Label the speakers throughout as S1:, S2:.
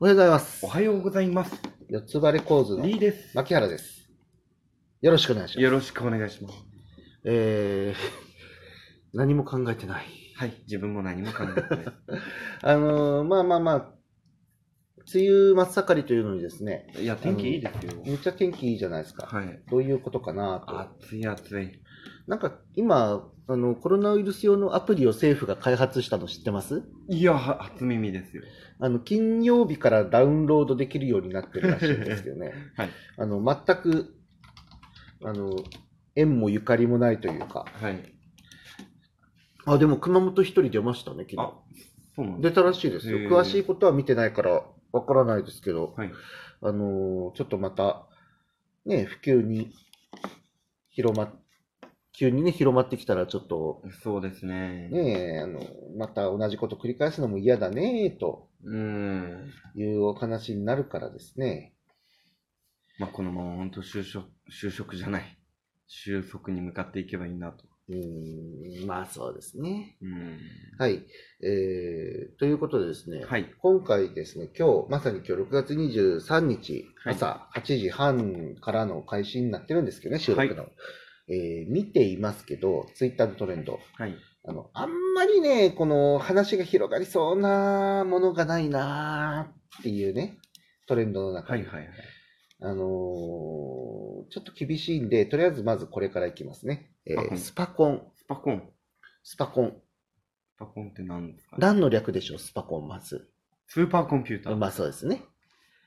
S1: おはようございます
S2: お。はようございます。
S1: 四つ葉レコーズの
S2: リーです。
S1: 牧原です。よろしくお願いしま
S2: よ
S1: す。
S2: ろしくお願いします。
S1: えー、 何も考えてない。
S2: はい、自分も何も考えてない。
S1: あのー、まあまあまあ、梅雨真っ盛りというのにですね、
S2: いや、天気いいですよ。
S1: めっちゃ天気いいじゃないですか。
S2: はい。
S1: どういうことかな
S2: 暑い暑い。
S1: と。なんか今、あの、コロナウイルス用のアプリを政府が開発したの知ってます
S2: いや、は初耳ですよ。
S1: あの、金曜日からダウンロードできるようになってるらしいんですけど ね。
S2: はい。
S1: あの、全く、あの、縁もゆかりもないというか。
S2: はい。
S1: あ、でも熊本一人出ましたね、昨
S2: あ
S1: 日。、
S2: そうなんで
S1: 出たらしいですよ
S2: へ。ー
S1: 詳しいことは見てないからわからないですけど、
S2: はい。
S1: あのーちょっとまた、ね、普及に広まっ、急にね、広まってきたらちょっと、
S2: そうですね。
S1: ねえ、あの、また同じこと繰り返すのも嫌だね、と
S2: うーん。
S1: いうお話になるからですね。
S2: まあ、このまま本当就職、就職じゃない。収束に向かっていけばいいなと。
S1: うーん、まあそうですね。
S2: う
S1: はい。えー、ということでですね、
S2: ーん。はい。
S1: 今回ですね、今日、まさに今日6月23日、
S2: はい
S1: 朝8時半からの開始になってるんですけどね、収録の。えー見ていますけど、ツイッターのトレンド。
S2: はい。
S1: あの、あんまりね、この話が広がりそうなものがないなーっていうね、トレンドの中
S2: は
S1: に
S2: いはいはい。
S1: あのーちょっと厳しいんで、とりあえずまずこれからいきますね。え
S2: スパコ
S1: ー
S2: ン
S1: スパコン。
S2: スパ
S1: スパコ
S2: コン。
S1: ン。
S2: スパコンって何ですか
S1: 何の略でしょう、スパコン、まず。
S2: スーパーコンピューター。
S1: まあそうですね。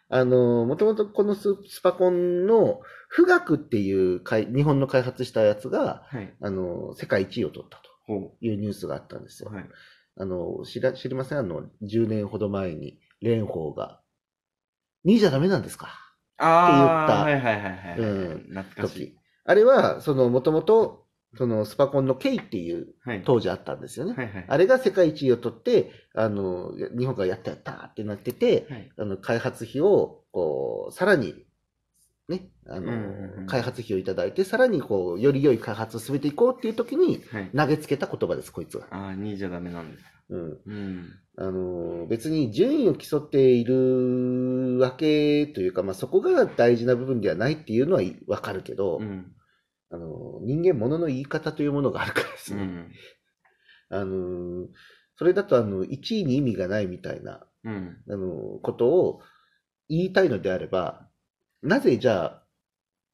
S1: あの、もともとこのススパコンの富岳っていうかい日本の開発したやつが、
S2: はい。
S1: あの、世界一位を取ったと
S2: ほ
S1: いうニュースがあったんです
S2: う。
S1: よ。
S2: はい。
S1: あの、知ら、知りませんあの、10年ほど前に蓮舫が、2位じゃダメなんですか
S2: ああ、
S1: って
S2: はいはいはいはい。
S1: うん
S2: 懐かしい。
S1: 時。あれは、その、もともと、その、スパコンの K っていう
S2: はい。
S1: 当時あったんですよね。
S2: はいはい。
S1: あれが世界一位を取って、あの、日本がやったやったってなってて、
S2: はい。
S1: あの開発費をこうさらに、ねあの
S2: うんうんうん
S1: 開発費をいただいてさらにこうより良い開発を進めていこうっていう時に
S2: はい。
S1: 投げつけた言葉ですこいつは、
S2: ああ、2じゃダメなんです。
S1: うん、
S2: うん。
S1: あの別に順位を競っているわけというか、まあ、そこが大事な部分ではないっていうのはい分かるけど、
S2: うん。
S1: あの人間ものの言い方というものがあるからです
S2: う
S1: ね、
S2: ん。
S1: あのそれだとあの1位に意味がないみたいな
S2: うん。
S1: あのことを言いたいのであれば、なぜじゃあ、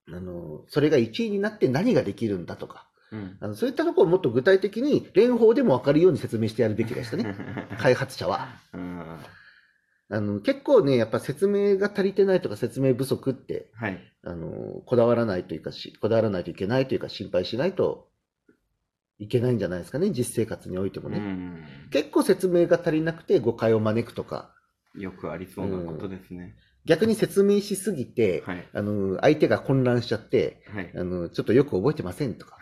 S1: あのそれが1位になって何ができるんだとか、
S2: うん。
S1: あのそういったところをもっと具体的に、蓮舫でも分かるように説明してやるべきでしたね、開発者は。
S2: うん。
S1: あの結構ね、やっぱ説明が足りてないとか、説明不足って
S2: はい。
S1: あの、こだわらないというかし、こだわらないといけないというか、心配しないといけないんじゃないですかね、実生活においても
S2: う
S1: ね。
S2: ん。
S1: 結構説明が足りなくて誤解を招くとか、
S2: よくありそうなことですね。
S1: 逆に説明しすぎて、
S2: はい。
S1: あの、相手が混乱しちゃって、
S2: はい。
S1: あの、ちょっとよく覚えてませんとか。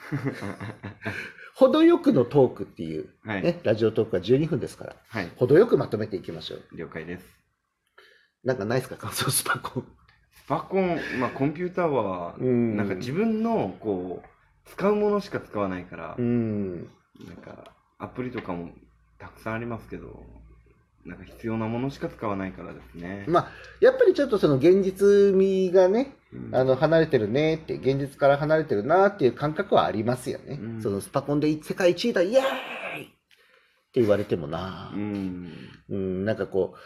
S1: 程よくのトークっていう、
S2: はい。
S1: ね、ラジオトークは12分ですから、
S2: はい。
S1: 程よくまとめていきましょう。
S2: 了解です。
S1: なんかないですか、感想スパコン。
S2: スパコン、まあ、コンピューターは、
S1: ん
S2: なんか自分の、こう、使うものしか使わないから
S1: う、ん。
S2: なんか、アプリとかもたくさんありますけど、なんか必要なものしか使わないからですね。
S1: まあ、やっぱりちょっとその現実味がね、
S2: うん
S1: あの、離れてるねって、現実から離れてるなっていう感覚はありますよね。
S2: うん
S1: そのスパコンで世界一位だ、イエーイって言われてもな
S2: う、ん。
S1: うん、なんかこう、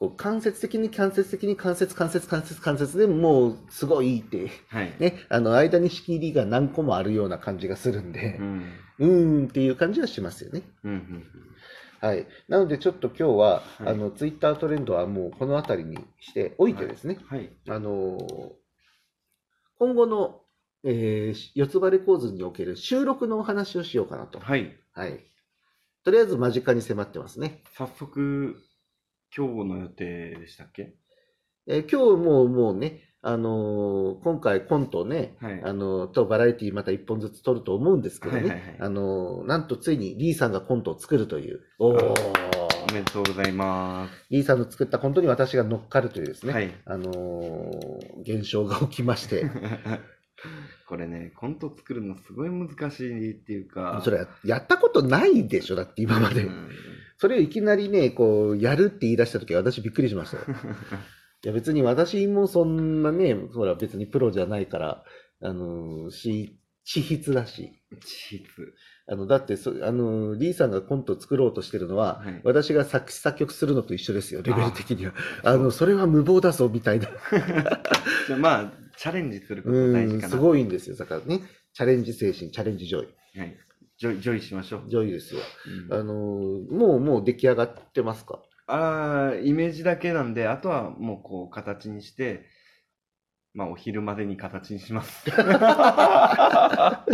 S1: こう間接的に間接的に間接間接間接間接でもうすごいいいって、
S2: はい。
S1: ね、あの間に仕切りが何個もあるような感じがするんで
S2: う、ん。
S1: うーんっていう感じはしますよね。
S2: うんうん
S1: はい。なのでちょっと今日は、
S2: はい
S1: あの、ツイッタートレンドはもうこの辺りにしておいてですね、
S2: うん。はい。
S1: あのー今後の、えー四つ葉レコーズにおける収録のお話をしようかなと。
S2: はい。
S1: はい。とりあえず間近に迫ってますね。
S2: 早速、今日の予定でしたっけ
S1: えー今日もうもうね、あのー今回コントをね、
S2: はい。
S1: あのとバラエティまた1本ずつ撮ると思うんですけどね、
S2: はいはいはい
S1: あのなんとついにリーさんがコントを作るという、おお
S2: おめでとうございま
S1: リーさんの作ったコントに私が乗っかるというです
S2: す。
S1: ね、
S2: はい。
S1: あのー現象が起きまして、
S2: これね、コント作るのすごい難しいっていうか。
S1: それやったことないでしょ、だって今まで。
S2: うん
S1: それをいきなりね、こう、やるって言い出した時は私びっくりしま したよ。いや別に私もそんなね、ほら別にプロじゃないから、あのー、し、地筆だし。
S2: チーズ。
S1: あの、だってそ、あのー、リーさんがコントを作ろうとしてるのは、
S2: はい
S1: 私が作詞作曲するのと一緒ですよ、レベル的には。
S2: あ
S1: あの、それは無謀だぞ、みたいな。
S2: じゃあまあ、チャレンジすること
S1: う
S2: 大事
S1: ん、
S2: かな。
S1: すごいんですよ。だからね、チャレンジ精神、チャレンジジョイ。
S2: はい。ジョイ、ジョイしましょう。
S1: ジョイですよ。
S2: うん
S1: あのー、もう、もう出来上がってますか
S2: ああ、イメージだけなんで、あとはもうこう形にして、まあお昼までに形にし ます。は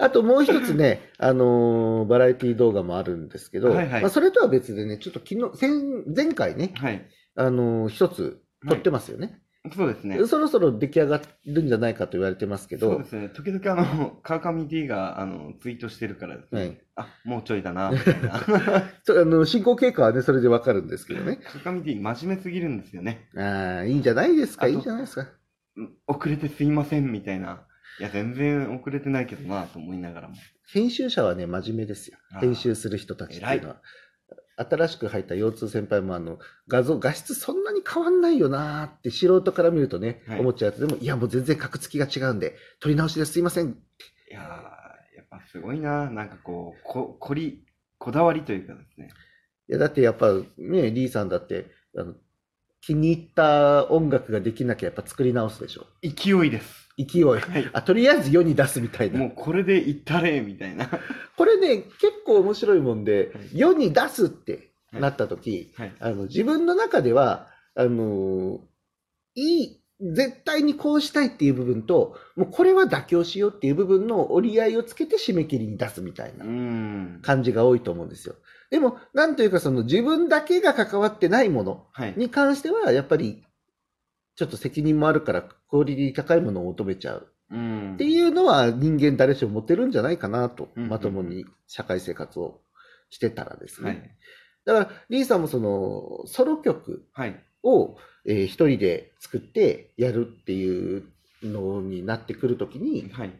S1: あともう一つね、あのーバラエティ動画もあるんですけど、
S2: はいはい
S1: まあ、それとは別でね、ちょっと昨日、先前回ね、
S2: い。
S1: あのー一つ撮ってますよね、
S2: そうですね。
S1: そろそろ出来上がるんじゃないかと言われてますけ
S2: そう
S1: ど
S2: で、すね。時々あの、川上 D があのツイートしてるからですね。
S1: はい
S2: あ、もうちょいだな、みたいな。 川
S1: ちょあの進行経過はね、それでわかるんですけどね。
S2: 上 D 真面目すぎるんですよね。
S1: ああ、いいんじゃないですか、
S2: あ
S1: い
S2: と
S1: いんじゃないですか。
S2: うん遅れてすいません、みたいな。いや、全然遅れてないけどな、と思いながらも。
S1: 編集者はね、真面目ですよ
S2: あ。ー
S1: 編集する人たちっていうのは。新しく入った腰痛先輩もあの画像画質そんなに変わんないよなーって素人から見るとね、
S2: はい
S1: 思っちゃうやつでもいやもう全然格付きが違うんで撮り直しですいません
S2: いやー、やっぱすごいな。なんかこう、こ、こり、こだわりというかですね。
S1: いや、だってやっぱね、リーさんだって、あの、気に入った音楽ができなきゃやっぱ作り直すでしょ。
S2: 勢いです。
S1: 勢い。
S2: はい。
S1: あ、とりあえず世に出すみたい
S2: も
S1: な。
S2: うこれでいったれみたいな。は
S1: これね、結構面白いもんで
S2: はい、
S1: 世に出すってなった時、
S2: い。
S1: あの、自分の中では、あのーいい、絶対にこうしたいっていう部分と、もうこれは妥協しようっていう部分の折り合いをつけて締め切りに出すみたいな
S2: うー。ん。
S1: 感じが多いと思うんですよ。でも、なんというかその自分だけが関わってないもの
S2: はい。
S1: に関しては、やっぱり、ちょっと責任もあるから、クオリティ高いものを求めちゃう
S2: うーん
S1: って。いうのは、人間誰しも持てるんじゃないかなと、
S2: うんうん
S1: まともに社会生活をしてたらですね。
S2: はい。
S1: だから、リーさんもその、ソロ曲
S2: はい。
S1: を、えー一人で作ってやるっていうのになってくるときに、
S2: はい。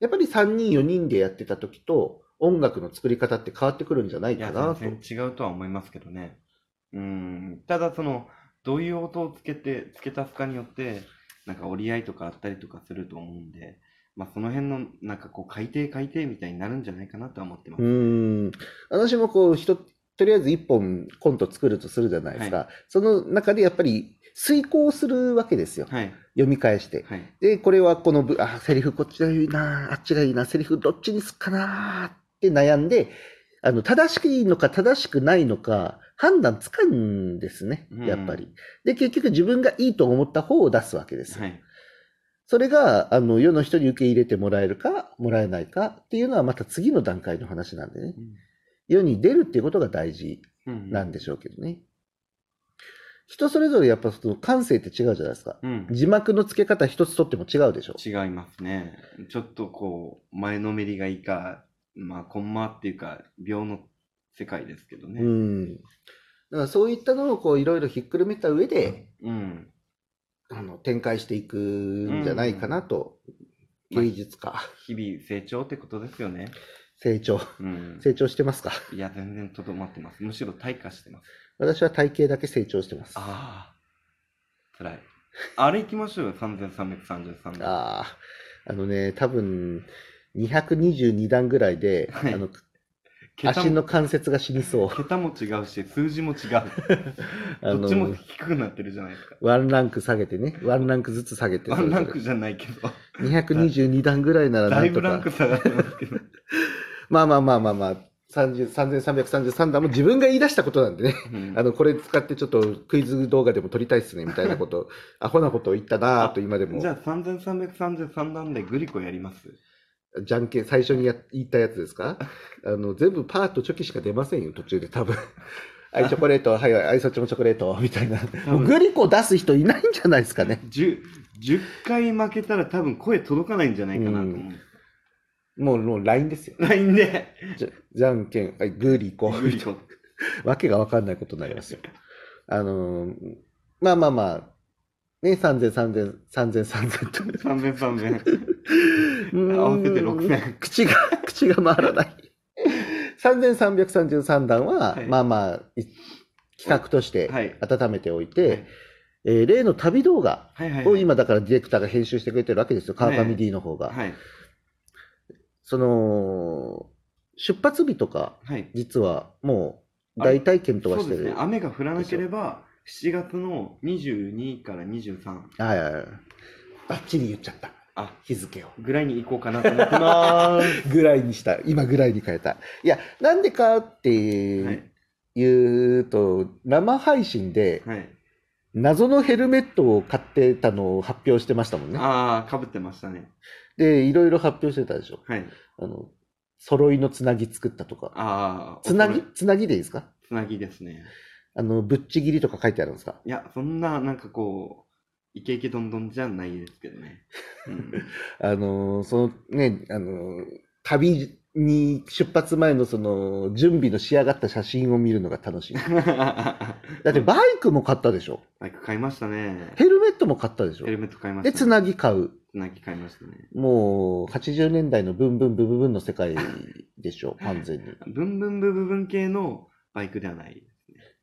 S1: やっぱり3人、4人でやってたときと、音楽の作り方って変わってくるんじゃない
S2: い
S1: か
S2: や、
S1: なと。
S2: 全然違うとは思いますけどね。うーん。ただ、その、どういう音をつけて、付け足すかによって、なんか折り合いとかあったりとかすると思うんで、まあ、その辺の、なんかこう、改定改定みたいになるんじゃないかなとは思ってま
S1: う
S2: す。
S1: ーん私もこうひととりあえず一本コント作るとするじゃないですか、
S2: は
S1: その中でやっぱり遂行するわけですよ、
S2: はい。
S1: 読み返して
S2: はい。
S1: でこれはこのぶあセリフこっちがいいなあっちがいいなセリフどっちにすっかなって悩んであの正しくいいのか正しくないのか判断つかんですねやっぱり、で結局自分がいいと思った方を出すわけですよ、
S2: はい。
S1: それがあの世の人に受け入れてもらえるかもらえないかっていうのはまた次の段階の話なんでね
S2: うん
S1: 世に出るっていうことが大事
S2: うん。
S1: なんでしょうけどね。人それぞれやっぱその感性って違うじゃないですか。
S2: うん。
S1: 字幕の付け方一つとっても違うでしょ。
S2: 違いますね。ちょっとこう、前のめりがいいか、まあ、コンマっていうか、秒の世界ですけど
S1: う
S2: ね。
S1: ん。だからそういったのをこういろいろひっくるめた上で、
S2: うん。
S1: あの展開していくんじゃないかなと。
S2: うんうん
S1: 芸術家、
S2: 日々成長ってことですよね。
S1: 成長、
S2: うん。
S1: 成長してますか。
S2: いや、全然とどまってます。むしろ退化してます。
S1: 私は体型だけ成長してます。あ
S2: ああ。辛い。あれ行きましょうよ、3333で。
S1: あー。あのね、多分222段ぐらいで、
S2: はい
S1: あの
S2: 桁
S1: 足
S2: も
S1: の関節が死にそう。
S2: 桁も違うし、数字も違う。
S1: あの
S2: どっちも低くなってるじゃないですか。
S1: ワンランク下げてね、ワンランクずつ下げて、
S2: ワンランクじゃないけど、
S1: 222段ぐらいならな
S2: だい
S1: ん
S2: ぶ
S1: と
S2: ラン
S1: か
S2: ク、下がってますけど。
S1: まあまあまあまあまあ、30 3333段も自分が言い出したことなんでね、
S2: うん
S1: あのこれ使ってちょっとクイズ動画でも撮りたいっすねみたいなこと、アホなことを言ったなぁと今でも
S2: じ、ゃあ3333なんでグリコやります
S1: じゃんけん、最初にや言ったやつですかあの全部パーとチョキしか出ませんよ、途中で多分。はい、チョコレート、はい、はい、そっちもチョコレート、みたいな。もうグリコ出す人いないんじゃないですかね。
S2: 10, 10回負けたら多分声届かないんじゃないかなと思う。
S1: もう、もう LINE ですよ。
S2: LINE で
S1: じゃじゃんけん、はい、グリコ。
S2: グリコ。
S1: わけがわかんないことになりますよ。あのーまあまあまあ、ね、3000、3000、3000、3000と。
S2: 3000、3000。
S1: うーん
S2: 合わせて6000。
S1: 口が、口が回らない。 3333段は、
S2: はい
S1: まあまあ、い企画として
S2: はい
S1: 温めておい
S2: は
S1: て、
S2: い
S1: えー例の旅動画
S2: はいはい
S1: を
S2: はい
S1: 今だからディレクターが編集してくれてるわけですよ、川
S2: ね
S1: 上 D の方が。
S2: はい
S1: その、出発日とか、
S2: はい
S1: 実はもう大体検討は
S2: そう
S1: し
S2: で
S1: て
S2: すね
S1: る。
S2: 雨が降らなければ7月の22から23
S1: はいはいはい。ばっちり言っちゃった。
S2: あ
S1: 日付を。
S2: ぐらいに行こうかなと思ってまーす
S1: ぐらいにした。今ぐらいに変えた。いや、なんでかって
S2: はい
S1: いうと、生配信で
S2: はい
S1: 謎のヘルメットを買ってたのを発表してましたもんね。
S2: ああかぶってましたね
S1: で、いろいろ発表してたでしょ。
S2: はい
S1: あの、揃いのつなぎ作ったとか。
S2: ああ
S1: つな
S2: お
S1: ぎ
S2: 揃い
S1: つなぎでいいですか
S2: つなぎですね
S1: あの、ぶっちぎりとか書いてあるんですか
S2: いやそんななんかこうイケイケどんどんじゃないですけどね、 うん、
S1: あのーそのね、あのー旅に出発前のその準備の仕上がった写真を見るのが楽しい。だってバイクも買ったでしょ。
S2: バイク買いましたね
S1: ヘルメットも買ったでしょ
S2: ヘ。ルメット買いました、
S1: で、
S2: ね、
S1: つなぎ買う。
S2: つなぎ買いましたね
S1: もう、80年代のブンブンブブブンの世界でしょ、完全に。
S2: ブンブンブブブン系のバイクではない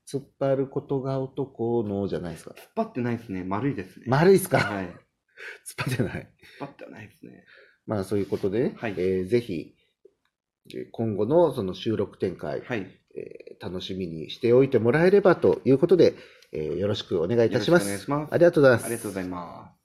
S1: 突っ張ることが男のじゃないですか。
S2: 突っ張ってないですね丸いですね
S1: 丸いっすか
S2: はい
S1: 突っ張ってない。
S2: 突っ張ってはないですね
S1: まあ、そういうことでね、
S2: はい
S1: えーぜひ、えー今後のその収録展開、
S2: はい
S1: えー楽しみにしておいてもらえればということで、えーよろしくお願いいたします。
S2: よろしくお願いします
S1: ありがとうございます。
S2: ありがとうございます